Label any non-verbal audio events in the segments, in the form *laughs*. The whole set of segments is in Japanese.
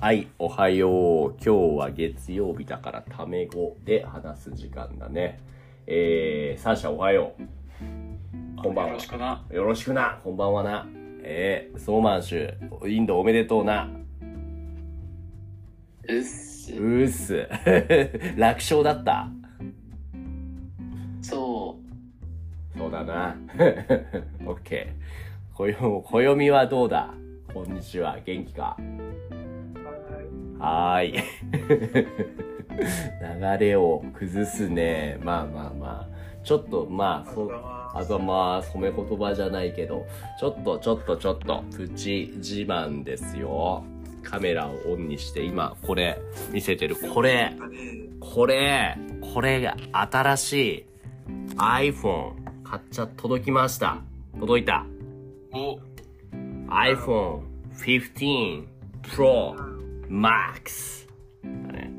はい、おはよう。今日は月曜日だからタメ語で話す時間だね。えー、サーシャおはよう。こんばんは。よろしくな。よろしくな。こんばんはな。えー、ソーマンシュ、インドおめでとうな。うっすう。ーっす。 *laughs* 楽勝だった。そそうだな。 *laughs* オッケー。こよ、こよみはどうだこんにちは。元気かはーい。 *laughs* 流れを崩すね。まあまあまあ。ちょっと、まあ、そう。あざまーす。褒め言葉じゃないけど、ちょっとちょっとちょっと、プチ自慢ですよ。カメラをオンにして、今、これ、見せてる。これ、これ、これが新しい iPhone 買っちゃ、届きました。届いた。う。お、 iPhone 15 Pro Max。だね。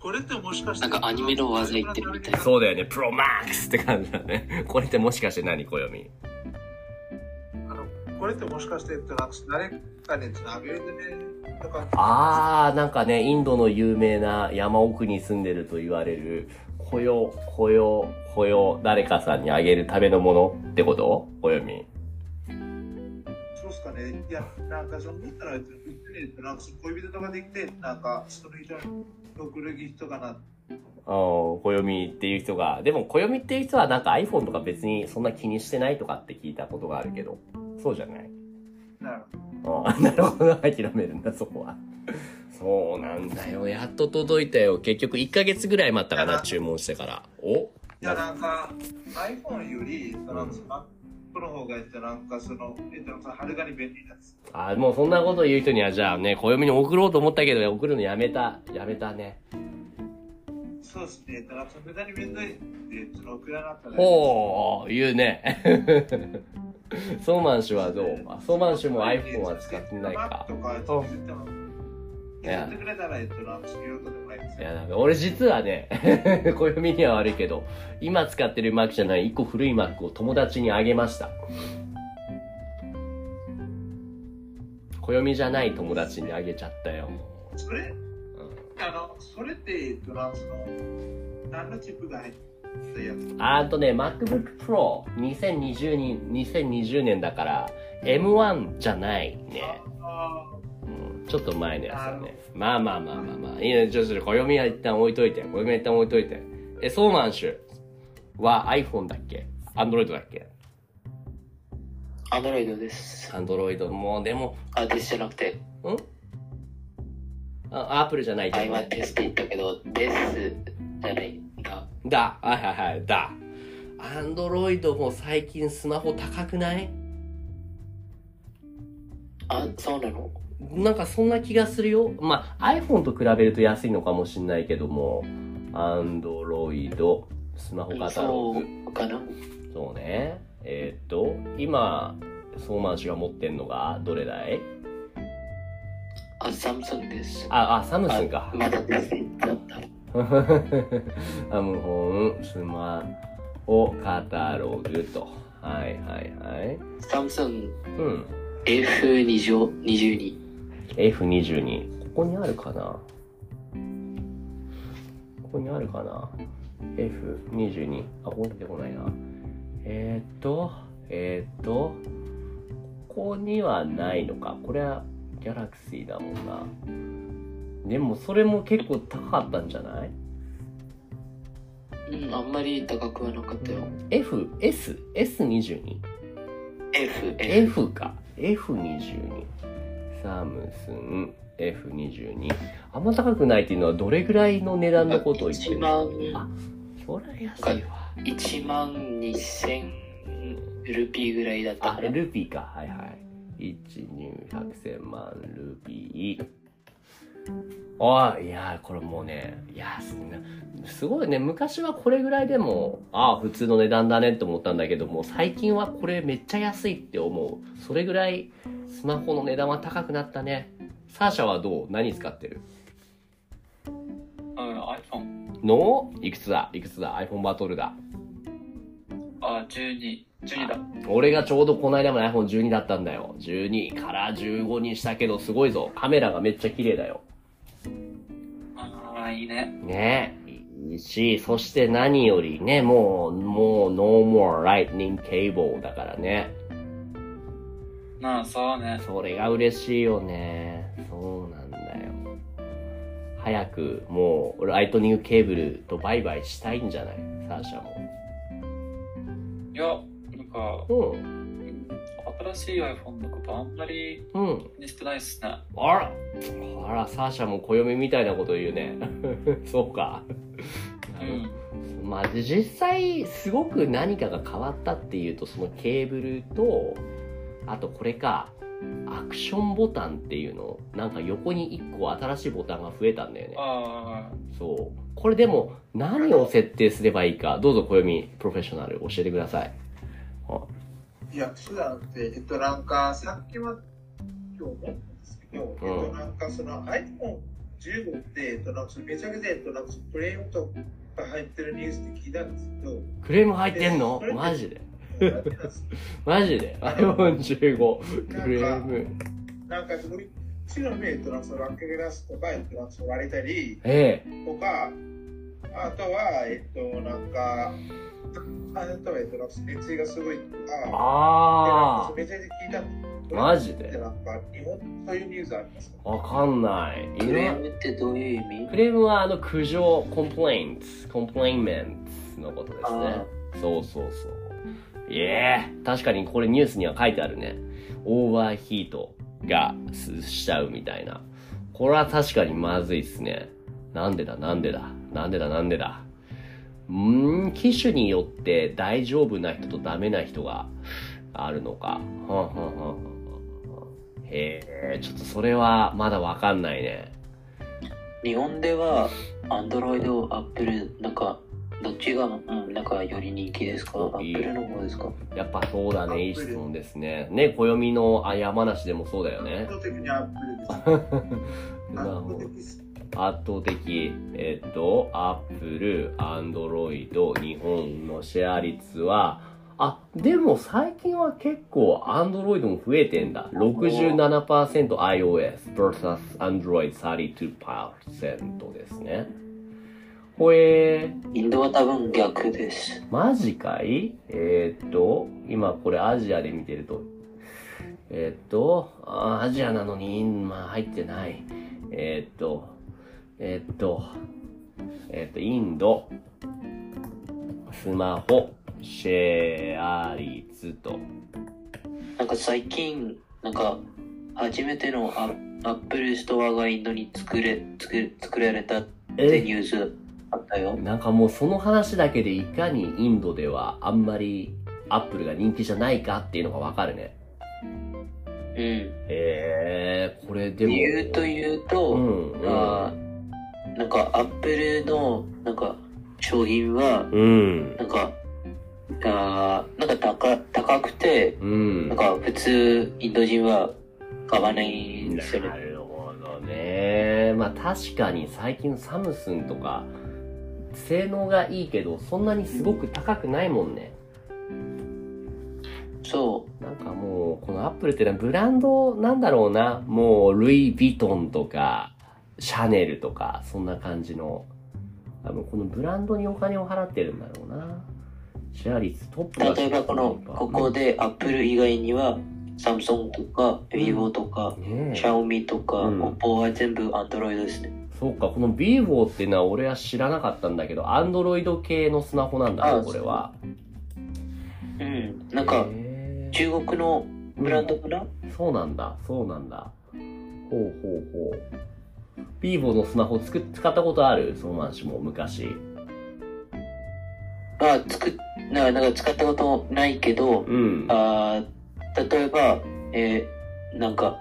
これってもしかしてなんかアニメの技言ってるみたいそうだよね、プロマックスって感じだね。これってもしかして何、小読み。あのこれってもしかしてえっとなんか誰かにつなげるねとかあー、なんかね、インドの有名な山奥に住んでると言われる、雇用、雇用、雇用、誰かさんにあげるためのものってこと小読み。そうっすかねいやなんかその思ったら言ってねなんかその恋人とかできてなんかその人に送るギフトかなあー暦っていう人が、でも暦っていう人はなんか iPhone とか別にそんな気にしてないとかって聞いたことがあるけど、そうじゃないなるあ *laughs* あ、なるほど。諦めるんだ、そこは。そうなんだよ。やっと届いたよ。結局1ヶ月ぐらい待ったかな、注文してから。おいやなんか iPhone よりそのうんスマップの方がえっとなんかそのえっとなんかはるかに便利なやつあもうそんなこと言う人には、じゃあね、暦に送ろうと思ったけど、送るのやめた。やめたね。そうっすねえっとなんか無駄に面倒いってその送らなかったらほう、言うね。 *laughs* ソーマン氏はどうあソーマン氏も iPhone は使ってないかと。かえっと見せてもやってくれたらえっとなんか仕事でもないですいよや、なんか俺実はね、 *laughs* 暦には悪いけど、今使ってる Mac じゃない、一個古い Mac を友達にあげました。暦じゃない友達にあげちゃったよ。それうあの、それって、ドラムの、何のチップが入ったやつんあーとね、MacBook Pro 2020に、2020年だから、M1 じゃないね。あうんちょっと前のやつだね。まあまあまあまあまあ。いいね、ちょっと暦は一旦置いといて。暦は一旦置いといて。え、ソーマンシュは iPhone だっけ ?Android だっけアンドロイドです。アンドロイドもうでもあ、ですじゃなくて、んあアップルじゃないあ、だ今ですって言ったけど、ですじゃないんだ。だはいはいはいだアンドロイドも最近スマホ高くないあ、そうなのなんかそんな気がするよまあ iPhone と比べると安いのかもしんないけどもアンドロイドスマホカタログそうかなそうねえーっと今ソーマン氏が持ってんのがどれだいあ、サムソンです。ああサムスンあ *laughs* かまだですって言ったんだ。アムホンスマホカタログと。はいはいはい。サムソンうん。 F2 乗22。 F22。ここにあるかなここにあるかな ?F22。あ、ここに出てこないな。えー、っと、えー、っと、ここにはないのか。これはギャラクシーだもんな。でもそれも結構高かったんじゃないうん、あんまり高くはなかったよ。 ?F、S、S22。 F、F。 F か F22 サムスン F22 あんま高くないっていうのはどれぐらいの値段のことを言ってる1万、あそりゃ安いわ1万2000ルピーぐらいだったあから。ルピーかはいはい1200100万ルピーあいやこれもうねいやすすごいね昔はこれぐらいでもああ普通の値段だねって思ったんだけども最近はこれめっちゃ安いって思うそれぐらいスマホの値段は高くなったねサーシャはどう何使ってるうん、iPhone。のいくつだいくつだ iPhone バトルだあああ、12。12だ。俺がちょうどこの間まで iPhone12 だったんだよ。12から15にしたけど、すごいぞ。カメラがめっちゃ綺麗だよ。ああ、いいね。ねえ。いいし、そして何よりね、もう、もう、no more lightning cable だからね。まあ、そうね。それが嬉しいよね。そうなんだよ。早く、もう、ライトニングケーブルとバイバイしたいんじゃないサーシャいや、なんか、も。うん。新しい iPhone のことあんまりうん。気にしてないっすね。あらあら、サーシャも暦みたいなこと言うね。 *laughs* そうか。うん。まあ、実際、すごく何かが変わったっていうと、そのケーブルと、あとこれか、アクションボタンっていうの、なんか横に1個新しいボタンが増えたんだよね。ああ、そう。これでも、何を設定すればいいか、どうぞ暦プロフェッショナル教えてください。いや、普段って、えっと、なんか、さっきは今日思ったんですけど、うんえっと、なんかその iPhone15 って、えっと、なんかそのめちゃくちゃ、えっと、なんかそのプレイムとか入ってるニュースって聞いたんです *laughs* けど、クレーム入ってんのマジでなんかマジで ?iPhone15 クレーム。なんかその、うちのね、えっと、なんかそのラックグラスとか、えっと、なんかその割れたりえとか、あとは、えっと、なんか、ああとは、えっと、なんかその熱意がすごいとえ。か、でなんかあそあの。めちゃくちゃ聞いたんですけど、マジってでなんか、日本そういうニュースありますかわかんない。クレームってどういう意味クレームはあの苦情、コンプレインツ、コンプレインメンツのことですねあ。そうそうそう。いえ、確かにこれニュースには書いてあるね。オーバーヒートがしちゃうみたいな。これは確かにまずいっすね。なんでだなんでだなんでだなんでだうーん、機種によって大丈夫な人とダメな人があるのか。はんはんはんはんはんへえ、ちょっとそれはまだわかんないね。日本ではアンドロイド、アップル、なんか、どっちが、うん、なんかより人気ですかアおいいップルの方ですかやっぱそうだアップルね、いい質問ですね。ね、暦のあ山梨でもそうだよね圧。倒的にアップルです。なるほど圧倒的です圧倒的、えっと、アップル、アンドロイド、日本のシェア率は、あ、でも最近は結構アンドロイドも増えてんだ。67% iOS vs Android 32%ですね。ほえー。インドは多分逆です。マジかいえーっと、今これアジアで見てると、えーっと、あアジアなのに、まあ入ってない。えーっと、えーっと、えーっと、インド、スマホ、シェア率と。なんか最近、なんか、初めてのアアップルストアがインドに作れ、作れ、作られたってニュースあったよ。なんかもうその話だけでいかにインドではあんまりアップルが人気じゃないかっていうのがわかるね。うん。えー、これでも。言うと言うと、うん、うん。あーなんかアップルの、なんか、商品は、うん。なんか、あーなんか高高くて、うん。なんか普通インド人は買わないんですよなね。るほどね。まあ確かに最近サムスンとか、性能がいいけど、そんなにすごく高くないもんね。そなんかもう、このアップルってのはブランドなんだろうな。もう、ルイ・ヴィトンとか、シャネルとか、そんな感じの。多分このブランドにお金を払ってるんだろうな。シェア率トップう。例えばこの、ここでアップル以外には、サムソンとか、vivo とか、ねえシャオミとか、うん oppo は全部アンドロイドですね。そうか、この vivo っていうのは俺は知らなかったんだけど、アンドロイド系のスマホなんだあね、これは。うん。なんか、へー中国のブランドかなそうなんだ、そうなんだ。ほうほうほう。vivo のスマホつく使ったことあるそのマン氏も昔。あ、作っ、ななんか使ったことないけど、うん。あー例えば、えーなんか、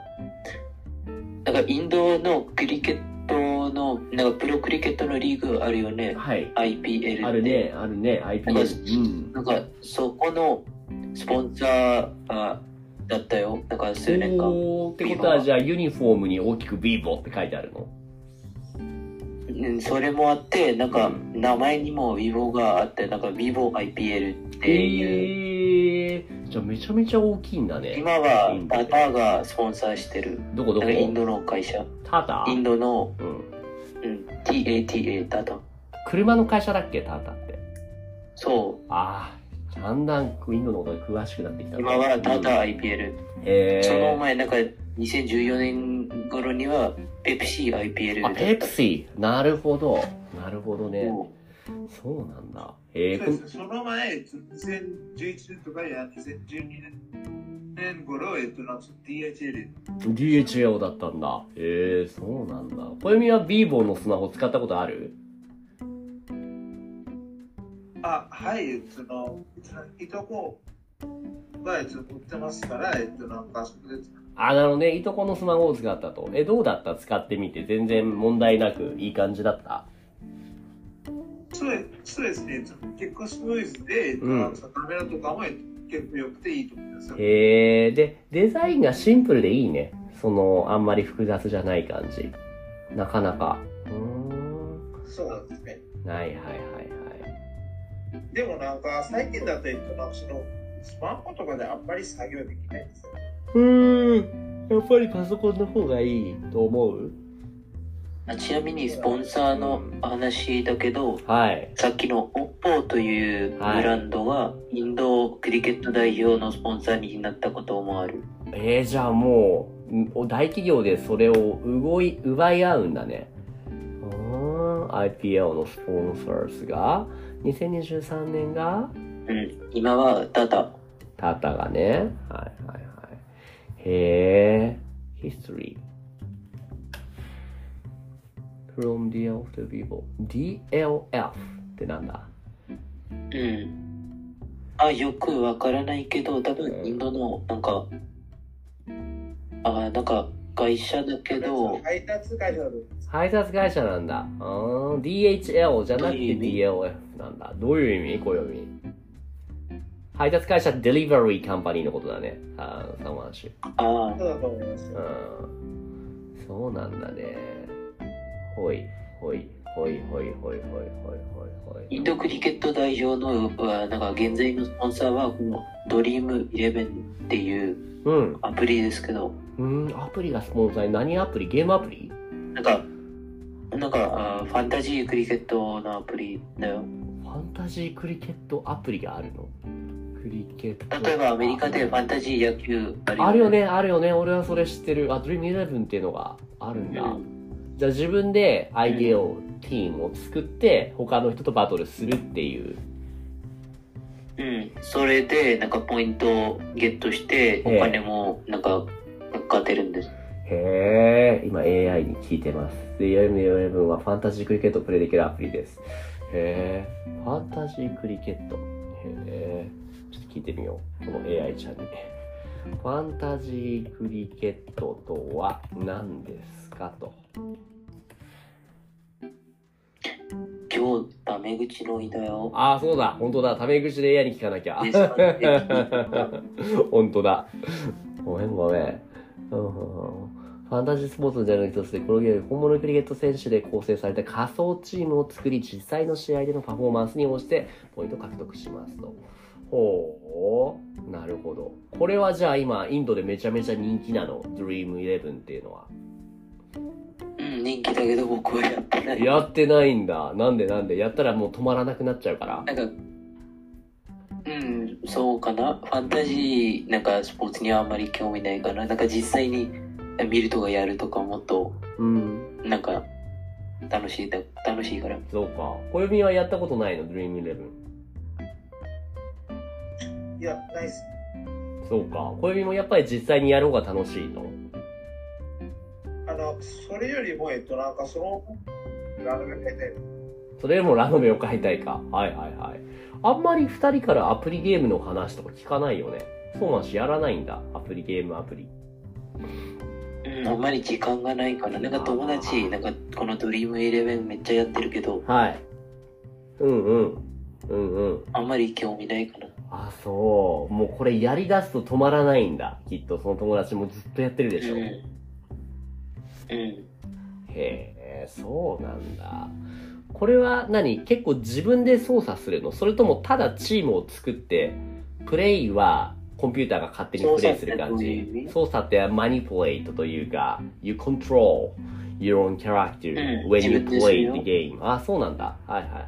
なんかインドのクリケットの、なんかプロクリケットのリーグあるよね。はい。 IPL って。あるね、あるね、なん IPL。うん。なんか、そこのスポンサーあだったよ。なんか数年間。おーってことはじゃあユニフォームに大きく vivo って書いてあるのうんそれもあって、なんうかん名前にも vivo があって、なんか vivoIPL っていう、えー、じゃあめちゃめちゃ大きいんだね今はインドタタがスポンサーしてるどこどなんこかインドの会社タタインドの、うん、うん、TATA だと車の会社だっけタタってそああだんだんインドのことに詳しくなってきたう今はうタタん IPL へえその前、なんか2014年頃には、ペプシ IPL あペプシーなるほどなるほどねもそうなんだへえそうですその前、2011年とかや2012年頃、えっと、なんか DHL、 DHL だったんだへえそうなんだ小読みはビーボーのスマホ使ったことあるあ、はい、その、いとこが、えっと、持ってますから、えっと、なんか、そこであなるほどねいとこのスマホを使ったとえどうだった使ってみて全然問題なくいい感じだったそうそうですね、結構スムーズで、えっとうんなんかカメラとかもえっと結構良くていいと思いますよ。へえでデザインがシンプルでいいねそのあんまり複雑じゃない感じなかなかうーんそうですね。はいはいはいはいでもなんか、最近だと、えっと、なんかその、スマホとかであんまり作業できないんですよ。うーんやっぱりパソコンの方がいいと思ううあちなみに、スポンサーの話だけど、はいさっきの OPPO というブランドが、インドクリケット代表のスポンサーになったこともある。えー、じゃあもうんお大企業でそれを動い奪い合うんだねうーん IPL のスポンサーズが2023年がうん、今はただ、タタがねはいはいはいへえ History From DL to Vivo DLF ってなんだうん。あ、よくわからないけど、多分インドの、なんか、あ、なんか、会社だけど、配達会社だと配達会社なんだうーん DHL じゃなくてどういう意味 DLF なんだどういう意味小読み配達会社 Delivery Company のことだねあーサモアンシあそうだと思いますうよ。んそうなんだねほいほいほいほいほいほいほいほいほいインドクリケット代表のあなんか現在のスポンサーはこのドリームイレブンっていううんアプリですけどうんアプリがスポンサーに何アプリゲームアプリなんかなんかあファンタジークリケットのアプリだよファンタジークリケットアプリがあるのクリケット例えばアメリカでファンタジー野球あるあるよねあるよね俺はそれ知ってるあドリームイレブンっていうのがあるんだ、うんじゃあ自分でアイディアをティームを作って他の人とバトルするっていううん、それでなんかポイントをゲットしておええ金もなんか勝てるんです、へえ今 AI に聞いてますで UM11 はファンタジークリケットをプレイできるアプリですへえファンタジークリケットへえちょっと聞いてみようこの AI ちゃんにファンタジークリケットとは何ですかと今日タメ口の日だよああそうだ本当だタメ口で AI に聞かなきゃでそれで *laughs* 本当だ。ごめんごめん。うんうんうんファンタジースポーツのジャンルの一つで、このゲーム、本物のクリケット選手で構成された仮想チームを作り、実際の試合でのパフォーマンスに応じて、ポイントを獲得しますと。ほう。なるほど。これはじゃあ今、インドでめちゃめちゃ人気なの。Dream Eleven っていうのは。うん人気だけど僕はやってないやってないんだ。なんでなんで。やったらもう止まらなくなっちゃうから。なんか、うん、そうかな。ファンタジー、なんかスポーツにはあんまり興味ないかな。なんか実際に見るとかやるとかもっと、うん。なんか、楽しいだ、楽しいから。そうか。小指はやったことないの、Dream Eleven。いや、ないっす。そうか。小指もやっぱり実際にやる方が楽しいの。あの、それよりも、えっと、なんかその、あの、書いてそれでもラノベを買いたいか。はいはいはい。あんまり二人からアプリゲームの話とか聞かないよね。そうなんし、やらないんだ。アプリゲームアプリ。うん、あんまり時間がないから。なんか友達、なんかこのドリームイレブンめっちゃやってるけど、はい。うんうん。うんうん。あんまり興味ないかな。あ、そう。もうこれやり出すと止まらないんだ。きっとその友達もずっとやってるでしょ。うん。うん。へえ、そうなんだ。これは何結構自分で操作するのそれともただチームを作って、プレイはコンピューターが勝手にプレイする感じ操作ってマニプレイトというか、you control your own character うん when you 自分でする play よ the game. あ、そうなんだ。はいはいはいは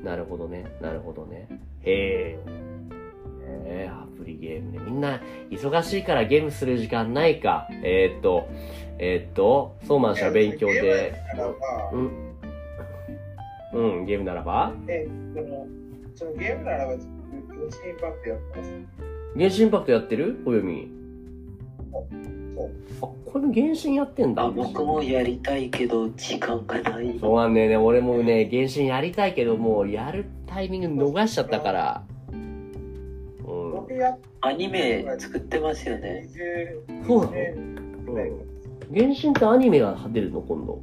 い。なるほどね。なるほどね。へえ。えー、アプリゲームね。みんな忙しいからゲームする時間ないか。えー、っと、えー、っと、ソーマン氏は勉強で。うん。うん、ゲームならばえでもそのゲームならば、グチンパクトやってます。原神インパクトやってる小読み。そうあ、これも原神やってんだ。あ僕もやりたいけど時間がないそうなんだよね。俺もね、原神やりたいけど、もうやるタイミング逃しちゃったから。う僕やっアニメ作ってますよね20そうなの年ん。うん、原神ってアニメが出るの今度。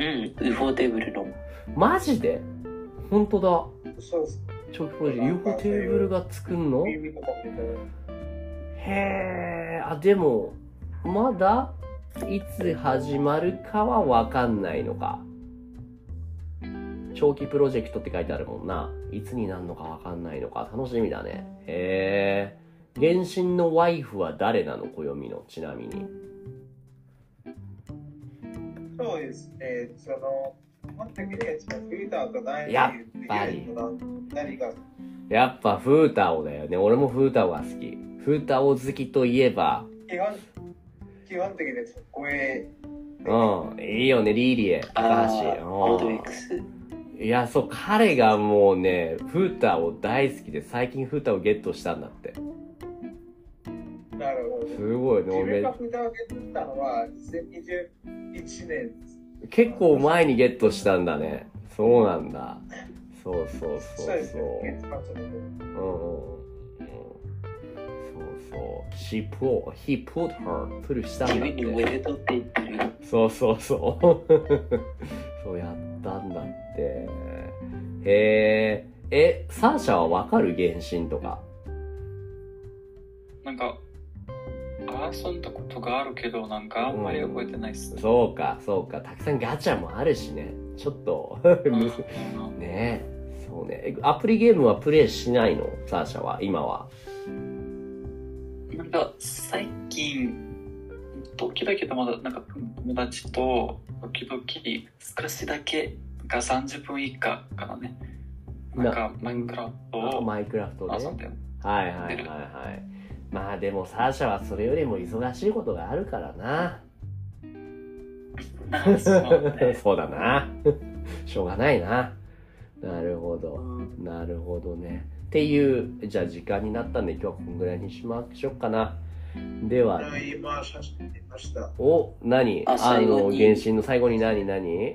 うんウフォーテーブルのマジで本当だ。そうです。ちょっとこれ UFO テーブルが作んの耳とかも入れてへえ。あ、でも、まだ、いつ始まるかはわかんないのか。長期プロジェクトって書いてあるもんな。いつになるのかわかんないのか。楽しみだね。へえ。原神のワイフは誰なの暦の、ちなみに。そうですね、その、基本的には一番フィーターと何やっぱり何がやっぱフータオだよね。俺もフータオが好き。フータオ好きといえば、基本基本的にそこへうん、いいよね、リーリエ、あ高橋。うんーロード X いや、そう、彼がもうね、フーターを大好きで、最近フーターをゲットしたんだって。なるほど。すごいね、自分が俺、フィーターをゲットしたのは2021年です。結構前にゲットしたんだね。そうなんだ。そうそうそそううですそねう。、月末のうんうんうんうん。そうそう。She put, he put her, プルしたんだ自って。分におめでとうって言ってるよそうそうそう。 *laughs* そうやったんだって。へえ。え、サーシャはわかる原神とか。なんか遊んだことがあるけどなんかあんまり覚えてないっす、ねそうか、そうか。たくさんガチャもあるしね。ちょっと。 *laughs* むずうんねえ。そうね。えアプリゲームはプレイしないのサーシャは、今は。なんか最近時々とまだなんか友達と時々少しだけが30分以下からねなんかマインクラフトあをマイクラフトね。遊んでるはいはいはいはい。まあでもサーシャはそれよりも忙しいことがあるからな。 *laughs* そうね *laughs* そうだな。しょうがないな。なるほど。なるほどね。っていう、じゃあ時間になったんで今日はこんぐらいにしましょうかな。では、今、写真見ました。お、何ああ最の、後に原神の最後に何何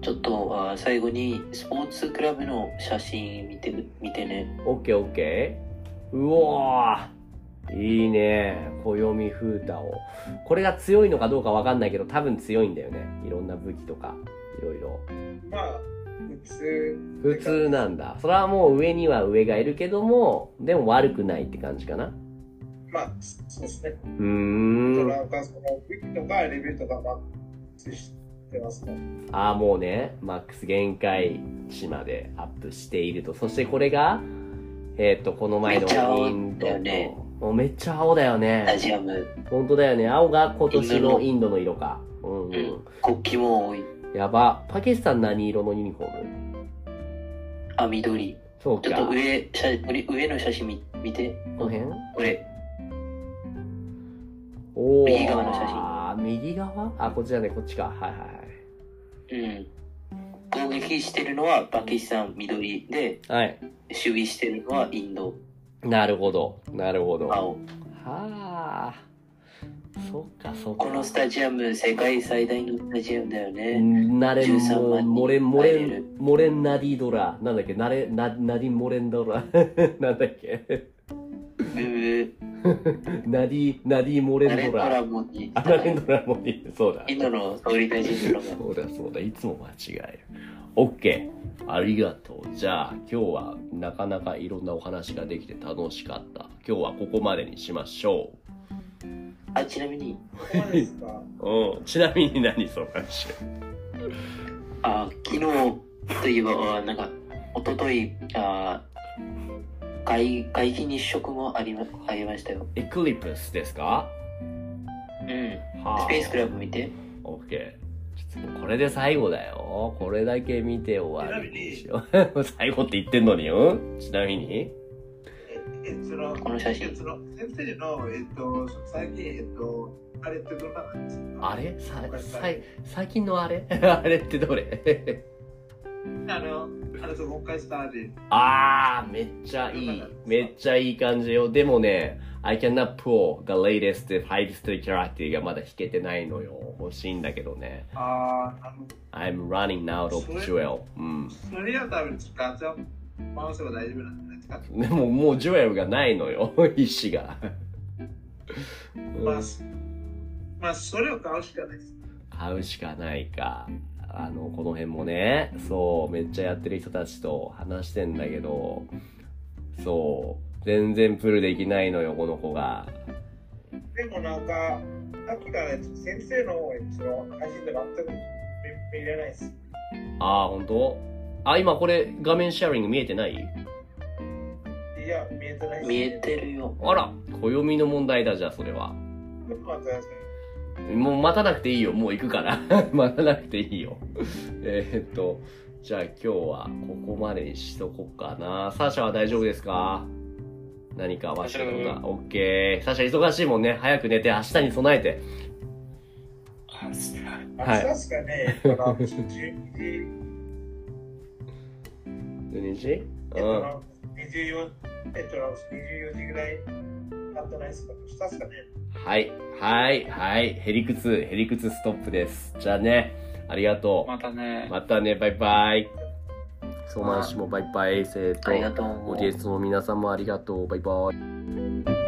ちょっとあー最後にスポーツクラブの写真見て見てねオッケーオッケーうおーいいね暦風太をこれが強いのかどうかわかんないけど多分強いんだよねいろんな武器とかいろいろまあ、普通、普通なんだそれはもう上には上がいるけどもでも悪くないって感じかなまあ、そうですね。うートんランカスのウィキとかレビューとかマッチしてますね。ああもうねマックス限界値までアップしているとそしてこれがえっ、とこの前のめっちゃ青インドだよねのもうめっちゃ青だよねスタジアム本当だよね青が今年のイインドの色かうん、うん、国旗も多いやばパキスタン何色のユニフォームあ緑そうちかょっとこ上写上の写真見見ての辺これおお右側の写真あー右側あこっちだねこっちかはいはいうん攻撃してるのはパキスタン緑ではいはい守備してるのはインドなるほどなるほどは青あそっかそっかこのスタジアム世界最大のスタジアムだよねなれん13も万人モレンモレ入れンるモレンナディドラなんだっけなれなナディモレンドラ *laughs* なんだっけ *laughs* ブーナディナディモレナレンンドドララモディあナレンドラもいいそうだインドの総理大臣のそうだそうだ、いつも間違える。OK! ありがとう。じゃあ今日はなかなかいろんなお話ができて楽しかった。今日はここまでにしましょう。あ、ちなみに、ここまでですかうん。ちなみに何その話。あ昨日といえば、あなんか、一昨日あ外外気日食もありまありましたよ。エクリプスですかうん。はスペースクラブ見て。オッケー。ちょっとこれで最後だよ。これだけ見て終わりにしよう。 *laughs* 最後って言ってんのに、うんちなみにええそのこの写え真その先生の、えっと、そ最近、えっと、あれってどんな感じですかあれさ、さい、最近のあれ *laughs* あれってどれ *laughs* あの、あれと公開したあれ。あー、めっちゃいい。めっちゃいい感じよ。でもね、I cannot pull the latest five star character がまだ弾けてないのよ。欲しいんだけどね。ああ、あの、 I'm running out of jewel. うん。それは多分、ちょっとガチャ回せば大丈夫なんじゃないですか。でももうジュエルがないのよ。 *laughs* 石が。うんまあ、すまあ、それを買うしかないです。買うしかないか。あの、この辺もね、そう、めっちゃやってる人たちと話してんだけど、そう、全然プルできないのよ、この子が。でもなんか、さっきから先生のその配信で全く見見れないです。ああ、ほんとあ、今これ画面シェアリング見えてないいや、見えてないです。見えてるよ。あら、暦の問題だ、じゃあそれは。ちょっと待ってください。もう待たなくていいよ、もう行くから。 *laughs* 待たなくていいよ。 *laughs* えーっと、じゃあ今日はここまでにしとこうかな。サーシャは大丈夫ですか何か忘れたことが。オッケー。サーシャ忙しいもんね。早く寝て、明日に備えて。あす明はい日ですかね、この12時、 12時えっうとん。、 24、えっと、24時ぐらいあったないですか明日ですかねはい。はい。はい。へりくつ、へりくつストップです。じゃあね。ありがとまたねう。またね。バイバイ。相馬市もバイバイ。生徒ありがとう。オーディエンスの皆さんもありがとう。バイバイ。